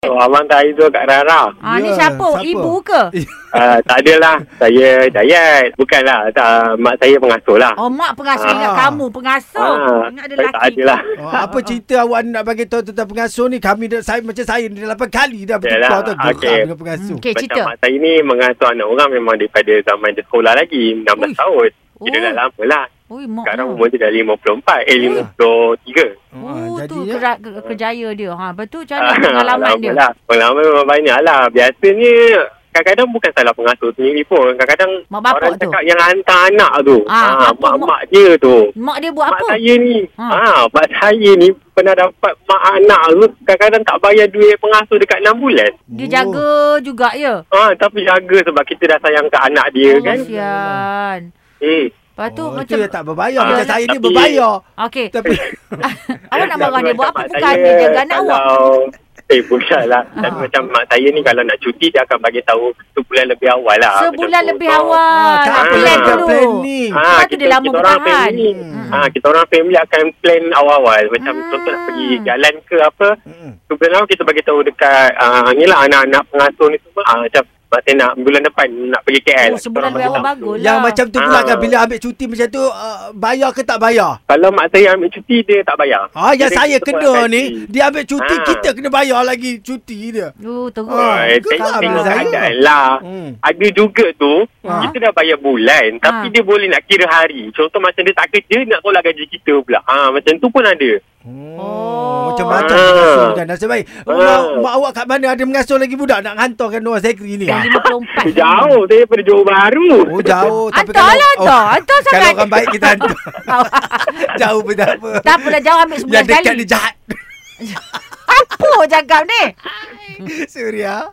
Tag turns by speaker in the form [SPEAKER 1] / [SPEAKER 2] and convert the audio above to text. [SPEAKER 1] Oh, Abang tak itu Kak Rara.
[SPEAKER 2] Ah, ni
[SPEAKER 3] Ya,
[SPEAKER 2] siapa?
[SPEAKER 3] siapa?
[SPEAKER 2] Ibu ke?
[SPEAKER 1] Uh, tak adalah. Saya diet. Bukanlah. Tak, mak saya pengasuh lah.
[SPEAKER 2] Oh, mak pengasuh ingat
[SPEAKER 3] Ah.
[SPEAKER 2] kamu. Pengasuh. Ingat ada
[SPEAKER 1] saya Ah, tak
[SPEAKER 2] lelaki.
[SPEAKER 1] adalah.
[SPEAKER 3] Oh, apa cerita awak ni nak bagi tahu tentang pengasuh ni? Kami dah, saya macam saya ni dah 8 kali dah bertukar
[SPEAKER 1] Yalah,
[SPEAKER 3] tu
[SPEAKER 1] okey.
[SPEAKER 3] okay. dengan pengasuh.
[SPEAKER 1] Macam
[SPEAKER 2] Okey, Eh, cerita.
[SPEAKER 1] mak saya ni mengasuh anak orang memang daripada zaman dia sekolah lagi. 16
[SPEAKER 2] Ui.
[SPEAKER 1] tahun. Kira
[SPEAKER 2] Ui.
[SPEAKER 1] dah lama lah.
[SPEAKER 2] Ui, Oh, mak.
[SPEAKER 1] Sekarang
[SPEAKER 2] tu.
[SPEAKER 1] umur dia dah 54. Eh, 53.
[SPEAKER 2] Oh,
[SPEAKER 3] Ah,
[SPEAKER 2] tu
[SPEAKER 3] jadinya-
[SPEAKER 2] kera, ke- kerjaya dia. Ha, betul macam mana pengalaman dia?
[SPEAKER 1] Lah. Pengalaman memang banyak lah. Biasanya kadang-kadang bukan salah pengasuh sendiri pun. Kadang-kadang
[SPEAKER 2] Mak bapak
[SPEAKER 1] orang
[SPEAKER 2] tu.
[SPEAKER 1] cakap yang hantar anak tu.
[SPEAKER 2] Ah,
[SPEAKER 1] Ah,
[SPEAKER 2] apa mak-
[SPEAKER 1] mak-mak dia tu.
[SPEAKER 2] Mak dia buat
[SPEAKER 1] Mak
[SPEAKER 2] apa?
[SPEAKER 1] saya ni.
[SPEAKER 2] Ha.
[SPEAKER 1] Ha. mak saya ni pernah dapat mak anak tu kadang-kadang tak bayar duit pengasuh dekat 6 bulan.
[SPEAKER 2] Dia
[SPEAKER 3] Oh.
[SPEAKER 2] jaga juga ya?
[SPEAKER 1] Ha, tapi jaga sebab kita dah sayang ke anak dia
[SPEAKER 2] Oh,
[SPEAKER 1] kan.
[SPEAKER 2] kesian.
[SPEAKER 1] Eh,
[SPEAKER 2] Lepas tu
[SPEAKER 3] Oh,
[SPEAKER 2] macam...
[SPEAKER 3] itu yang tak berbayar.
[SPEAKER 1] Ah,
[SPEAKER 3] Macam saya ni
[SPEAKER 1] tapi-
[SPEAKER 3] berbayar.
[SPEAKER 2] Okey.
[SPEAKER 3] Tapi
[SPEAKER 2] Awak nak marah dia buat apa?
[SPEAKER 1] Mak
[SPEAKER 2] Bukan
[SPEAKER 1] saya
[SPEAKER 2] dia jaga anak awak.
[SPEAKER 1] kalau- Eh, bukanlah. Tapi
[SPEAKER 2] Ha.
[SPEAKER 1] macam mak saya ni kalau nak cuti, dia akan bagi tahu sebulan lebih awal lah.
[SPEAKER 2] Sebulan
[SPEAKER 1] Macam tu.
[SPEAKER 2] lebih
[SPEAKER 1] So,
[SPEAKER 2] awal.
[SPEAKER 3] ah, tak
[SPEAKER 2] Tak
[SPEAKER 1] Ah.
[SPEAKER 2] plan
[SPEAKER 3] plan
[SPEAKER 2] dulu.
[SPEAKER 3] planning.
[SPEAKER 2] Ah. Sebab tu dia lama
[SPEAKER 1] kita orang
[SPEAKER 2] bertahan.
[SPEAKER 1] family.
[SPEAKER 3] Hmm.
[SPEAKER 1] Ha, kita orang family akan plan awal-awal. Macam
[SPEAKER 2] Hmm.
[SPEAKER 1] contoh nak pergi jalan ke apa.
[SPEAKER 3] Hmm.
[SPEAKER 1] Sebenarnya kita bagi tahu dekat uh, ni lah anak-anak pengasuh ni semua uh, macam Mak saya nak bulan depan nak pergi KL.
[SPEAKER 2] Oh, sebulan
[SPEAKER 1] Kita
[SPEAKER 2] lebih
[SPEAKER 1] orang
[SPEAKER 2] awal
[SPEAKER 1] bagi tahu.
[SPEAKER 2] bagus
[SPEAKER 3] Yang
[SPEAKER 2] lah.
[SPEAKER 3] macam tu pula
[SPEAKER 1] Ah.
[SPEAKER 3] kan bila ambil cuti macam tu uh, bayar ke tak bayar?
[SPEAKER 1] Kalau mak saya ambil cuti dia tak bayar.
[SPEAKER 3] Ah, yang
[SPEAKER 1] Jadi,
[SPEAKER 3] saya
[SPEAKER 1] kita
[SPEAKER 3] kena
[SPEAKER 1] buat
[SPEAKER 3] ni,
[SPEAKER 1] gaji.
[SPEAKER 3] dia ambil cuti,
[SPEAKER 1] Ah.
[SPEAKER 3] kita kena bayar lagi cuti dia.
[SPEAKER 2] Oh, teruk.
[SPEAKER 1] Oh, eh,
[SPEAKER 3] Kau Ah, tak
[SPEAKER 1] tengok
[SPEAKER 3] ambil saya.
[SPEAKER 1] keadaan lah.
[SPEAKER 3] Hmm.
[SPEAKER 1] Ada juga tu
[SPEAKER 3] Ah.
[SPEAKER 1] kita dah bayar bulan tapi
[SPEAKER 2] Ah.
[SPEAKER 1] dia boleh nak kira hari. Contoh macam dia tak kerja nak tolak gaji kita pula. Ha macam tu pun ada.
[SPEAKER 3] Oh, macam
[SPEAKER 2] Ah.
[SPEAKER 3] macam pengasuh kan nasib baik.
[SPEAKER 1] Ah.
[SPEAKER 3] Mak, mak awak kat mana ada mengasuh lagi budak nak hantarkan orang sekri ni?
[SPEAKER 1] Ah.
[SPEAKER 2] Yang 54.
[SPEAKER 1] Jauh saya daripada Johor Bahru.
[SPEAKER 3] Oh jauh tapi oh,
[SPEAKER 2] Hantar lah, hantar. Hantar
[SPEAKER 3] Kalau
[SPEAKER 2] sangat.
[SPEAKER 3] orang baik kita hantar Jauh pun tak apa
[SPEAKER 2] tak apa dah jauh ambil sebulan
[SPEAKER 3] Yang dekat
[SPEAKER 2] sekali.
[SPEAKER 3] dia jahat
[SPEAKER 2] Apa cakap ni?
[SPEAKER 3] Suria